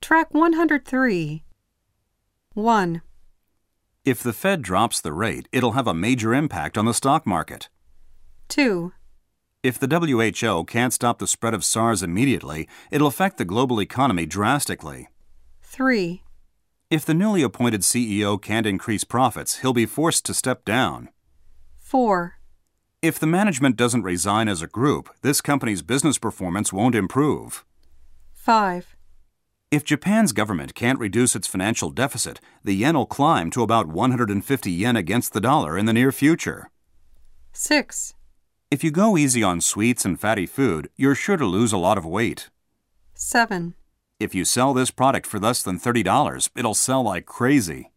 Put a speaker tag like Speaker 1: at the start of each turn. Speaker 1: Track 103. 1,
Speaker 2: If the Fed drops the rate, it'll have a major impact on the stock market.
Speaker 1: 2,
Speaker 2: If the WHO can't stop the spread of SARS immediately, it'll affect the global economy drastically.
Speaker 1: 3,
Speaker 2: If the newly appointed CEO can't increase profits, he'll be forced to step down.
Speaker 1: 4,
Speaker 2: If the management doesn't resign as a group, this company's business performance won't improve.
Speaker 1: 5,
Speaker 2: If Japan's government can't reduce its financial deficit, the yen will climb to about 150 yen against the dollar in the near future.
Speaker 1: 6,
Speaker 2: If you go easy on sweets and fatty food, you're sure to lose a lot of weight.
Speaker 1: 7.
Speaker 2: If you sell this product for less than $30, it'll sell like crazy.